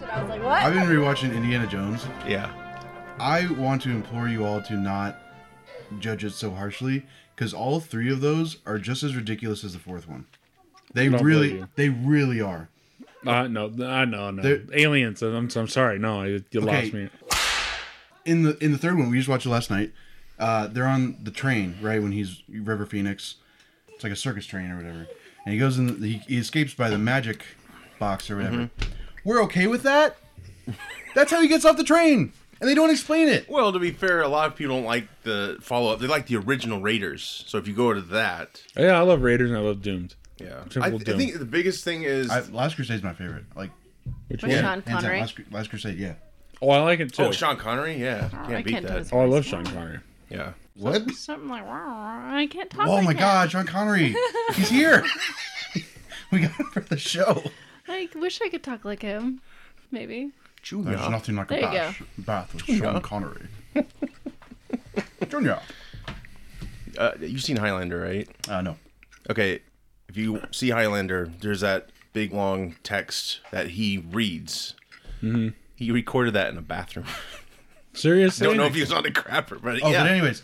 What? I've been rewatching Indiana Jones. Yeah. I want to implore you all to not judge it so harshly because all three of those are just as ridiculous as the fourth one. They Don't believe really, you. they really are. Uh, no, I know, no. They're- Aliens. I'm, I'm sorry. No, you you lost me. In the in the third one, we just watched it last night. Uh, they're on the train, right? When he's River Phoenix, it's like a circus train or whatever, and he goes in. The, he, he escapes by the magic box or whatever. Mm-hmm. We're okay with that. That's how he gets off the train, and they don't explain it. Well, to be fair, a lot of people don't like the follow up. They like the original Raiders. So if you go to that, Yeah, I love Raiders and I love Doomed. yeah. I, Temple I Doom. think the biggest thing is oh, I, Last Crusade's my favorite. Like Which With one? Sean hands down, Connery. Last, Cru- Last Crusade. Yeah. Oh, I like it too. oh Sean Connery. Yeah, can't I beat can't do that. his Oh, I voice. love Sean Connery. Yeah. What? Something like, "Wah, wah," I can't talk. Oh like my that. God, Sean Connery, he's here. we got him for the show. I wish I could talk like him. Maybe. There's nothing like There a you bath, bath with Sean Connery. Junior. Uh, you've seen Highlander, right? Uh, no. Okay, if you see Highlander, there's that big long text that he reads. He recorded that in a bathroom. Seriously? Don't know if he was on the crapper, but Oh, but yeah. anyways.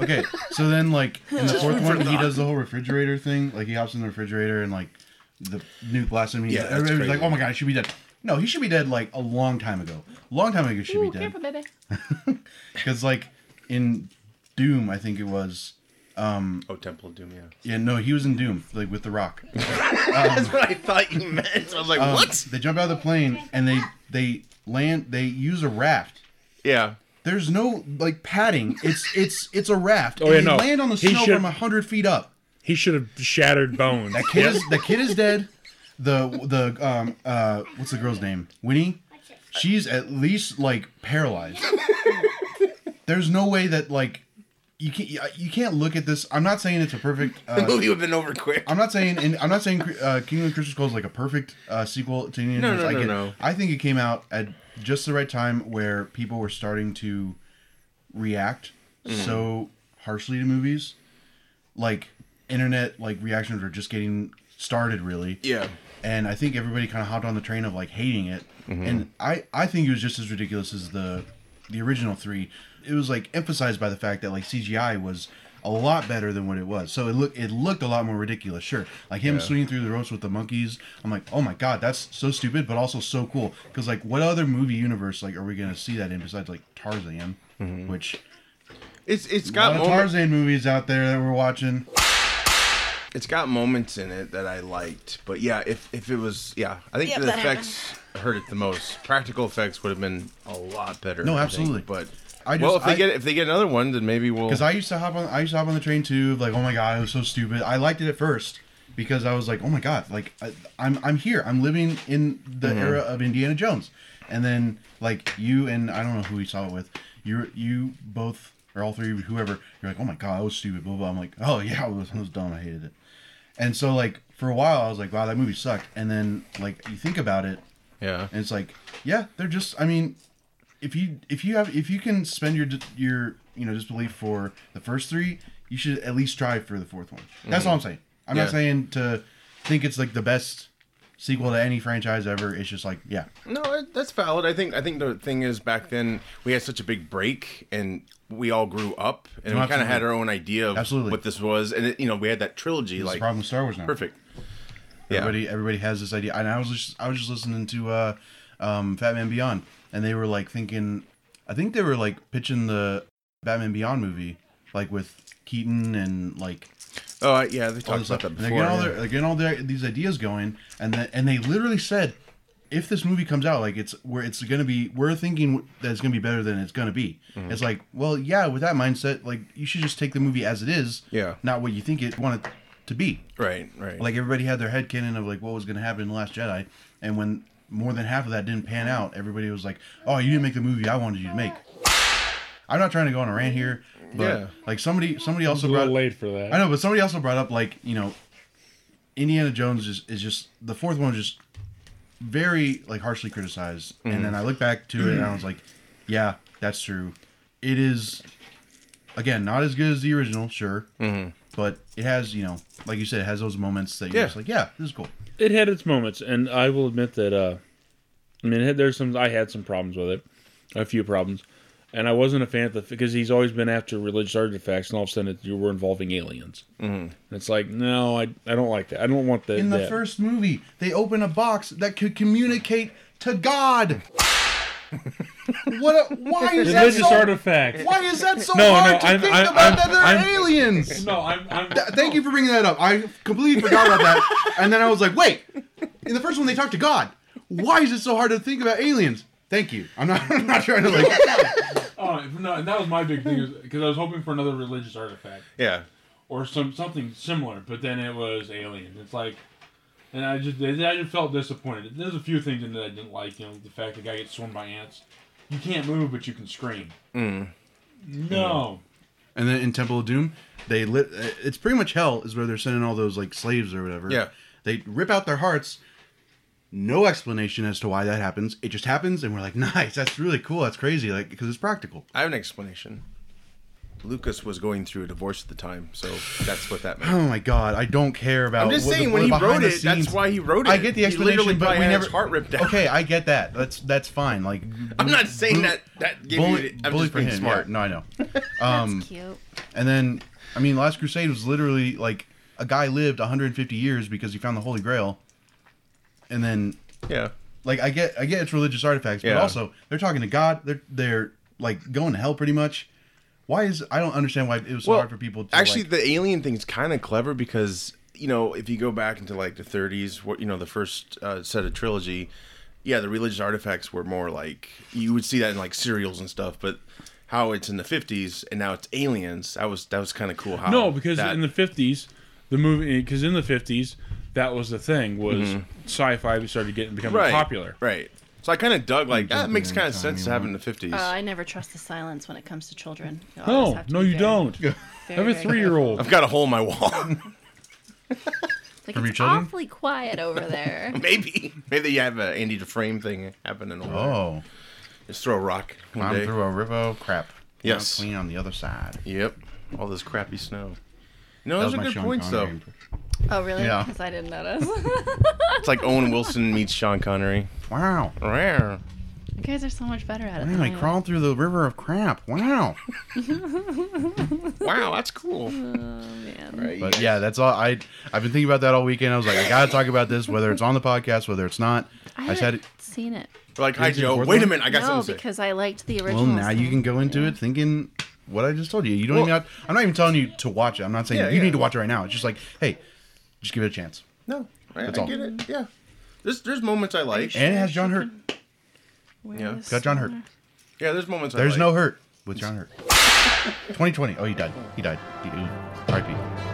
Okay, so then like in the fourth one, he does the whole refrigerator thing. Like he hops in the refrigerator and like the nuke blasts him. He's, Yeah, that's everybody's like, crazy. "Oh my god, I should be dead." No, he should be dead like a long time ago. Long time ago, he should Ooh, be dead. careful, baby. Because like in Doom, I think it was. oh, Temple of Doom, yeah. Yeah, no, he was in Doom, like with the Rock. That's what I thought you meant. I was like, Um, what? They jump out of the plane and they they land. They use a raft. Yeah. There's no like padding. It's it's it's a raft. Oh, and yeah, they no. land on the He snow should- from hundred feet up. He should have shattered bones. That kid is the kid is dead. The the um uh what's the girl's name? Winnie. She's at least like paralyzed. There's no way that like you can't you can't look at this. I'm not saying it's a perfect. The Uh, movie would have been over quick. I'm not saying and I'm not saying uh, Kingdom of Crystal Skull is like a perfect uh, sequel to Indiana No, Jones. no, I no, get- no. I think it came out at just the right time where people were starting to react Mm-hmm. so harshly to movies. Like internet like reactions were just getting started really. Yeah. And I think everybody kind of hopped on the train of like hating it. And I I think it was just as ridiculous as the the original 3. It was like emphasized by the fact that like CGI was a lot better than what it was. So it looked it looked a lot more ridiculous. Sure. Like him swinging through the ropes with the monkeys. I'm like, "Oh my god, that's so stupid but also so cool." Cuz like what other movie universe like are we going to see that in besides like Tarzan, which It's it's a got lot of moments, Tarzan movies out there that we're watching. it's got moments in it that I liked, but yeah, if if it was yeah, I think Yep, the that effects hurt it the most. Practical effects would have been a lot better. No, I think, absolutely. but I just well, if they I- get if they get another one, then maybe we'll. Because I used to hop on, I used to hop on the train too. of Like, oh my god, it was so stupid. I liked it at first because I was like, oh my god, like I, I'm I'm here. I'm living in the era of Indiana Jones. And then like you and I don't know who we saw it with. You you both or all three, whoever. You're like, oh my god, that was stupid. Blah blah. I'm like, oh yeah, it was, it was dumb. I hated it. And so like for a while, I was like, wow, that movie sucked. And then like you think about it, yeah. and it's like, yeah, they're just. I mean, if you if you have if you can spend your di- your you know disbelief for the first three, you should at least try for the fourth one. That's all I'm saying. I'm Mm-hmm. Yeah. not saying to think it's like the best sequel to any franchise ever. It's just like, yeah, No, I- that's valid. I think I think the thing is back then we had such a big break and we all grew up and we kind of Absolutely. had our own idea of Absolutely. what this was and it, you know we had that trilogy it's like the problem with Star Wars now. perfect. Everybody everybody has this idea. And I was just I was just listening to uh, um, Fat Man Beyond, and they were like thinking, I think they were like pitching the Batman Beyond movie, like with Keaton and like Yeah. Oh yeah, they all talked this stuff. about that And They're before. getting all, yeah. their, they're getting all their, these ideas going, and then and they literally said, if this movie comes out, like it's where it's gonna be, we're thinking that it's gonna be better than it's gonna be. Mm-hmm. It's like, well, yeah, with that mindset, like you should just take the movie as it is, Yeah. not what you think it wanted to be. Right, right. Like everybody had their head canon of like what was gonna happen in the Last Jedi, and when more than half of that didn't pan out, everybody was like, oh, you didn't make the movie I wanted you to make. I'm not trying to go on a rant here, but Yeah. like somebody somebody a also little brought late for that. I know, but somebody also brought up like you know, Indiana Jones is, is just the fourth one is just very like harshly criticized, and then I look back to it and I was like, yeah, that's true. It is again not as good as the original, sure, but it has you know, like you said, it has those moments that you're Yeah. just like, yeah, this is cool. It had its moments, and I will admit that uh, I mean, it- there's some. I had some problems with it, a few problems, and I wasn't a fan of the because he's always been after religious artifacts, and all of a sudden it, you were involving aliens. Mm-hmm. And it's like, no, I, I don't like that. I don't want that. In the that. first movie, they open a box that could communicate to God. what? A, why is that religious so? artifact. why is that so No, no, hard to I'm- think I'm- about I'm- that they're I'm- aliens? No, I'm. I'm Thank you for bringing that up. I completely forgot about that, and then I was like, wait. In the first one, they talk to God. Why is it so hard to think about aliens? Thank you. I'm not. I'm not trying to like. Oh, no, and that was my big thing because I was hoping for another religious artifact. Yeah. or some something similar, but then it was Alien. It's like, and I just I just felt disappointed. There's a few things in that I didn't like. You know, the fact the guy gets swarmed by ants. You can't move, but you can scream. Mm. No, And then in Temple of Doom, they lit. It's pretty much hell is where they're sending all those like slaves or whatever. Yeah. They rip out their hearts. No explanation as to why that happens. It just happens, and we're like, nice. That's really cool. That's crazy. Like because it's practical. I have an explanation. Lucas was going through a divorce at the time, so that's what that meant. Oh my god, I don't care about. I'm just what- saying what when he behind wrote the it, scenes- that's why he wrote it. I get the He explanation, literally but probably we had never his heart ripped out. Okay, I get that. That's that's fine. Like I'm not saying that that gave you. bully, I'm bully just for being him. smart. Yeah, no, I know. Um, That's cute. And then, I mean, Last Crusade was literally like a guy lived 150 years because he found the Holy Grail. And then, Yeah. like, I get, I get it's religious artifacts, but Yeah. also they're talking to God. They're, they're like going to hell pretty much. Why is I don't understand why it was so hard for people to actually like- the alien thing's kind of clever because you know if you go back into like the 30s what you know the first uh, set of trilogy yeah the religious artifacts were more like you would see that in like serials and stuff but how it's in the 50s and now it's aliens that was that was kind of cool how no, because that- in the fifties, the movie because in the fifties that was the thing was sci-fi started getting becoming Mm-hmm. right, popular. right so i kind of dug like that makes kind of anytime sense you to have in the 50s Uh, I never trust the silence when it comes to children. You always No, have to no, be you very- don't. I very, have a very three-year-old. i've got a hole in my wall careful. Like, From your it's children? awfully quiet over there. maybe maybe you have a andy deframe thing happening over there. oh, just throw a rock one I'm day. through a river of crap. Now Yes. clean on the other side. Yep. All this crappy snow. No, That those was are my good Sean points Connery. though. Oh, really? Yeah. Because I didn't notice. It's like Owen Wilson meets Sean Connery. Wow. Rare. you guys are so much better at it. Man, than I am. crawled through the river of crap. Wow. Wow, that's cool. Oh, man. Right, But yeah, that's all. I I've been thinking about that all weekend. I was like, I gotta talk about this, whether it's on the podcast, whether it's not. I I, haven't said, seen it. We're like, hi Is it Joe. worth Wait it? a minute, I got no, something to say. because I liked the original. well, now you so- can go into yeah. it thinking what I just told you. You don't Well- even. Have, I'm not even telling you to watch it. I'm not saying Yeah, you yeah. need to watch it right now. It's just like, hey, just give it a chance. No, I, That's I all. get it. Yeah. There's there's moments I like. And it has John Hurt. Where Yeah. is Got John Hurt. Summer? Yeah, there's moments I There's like. no hurt with John Hurt. 2020. Oh, he died. He died. He died. R.I.P.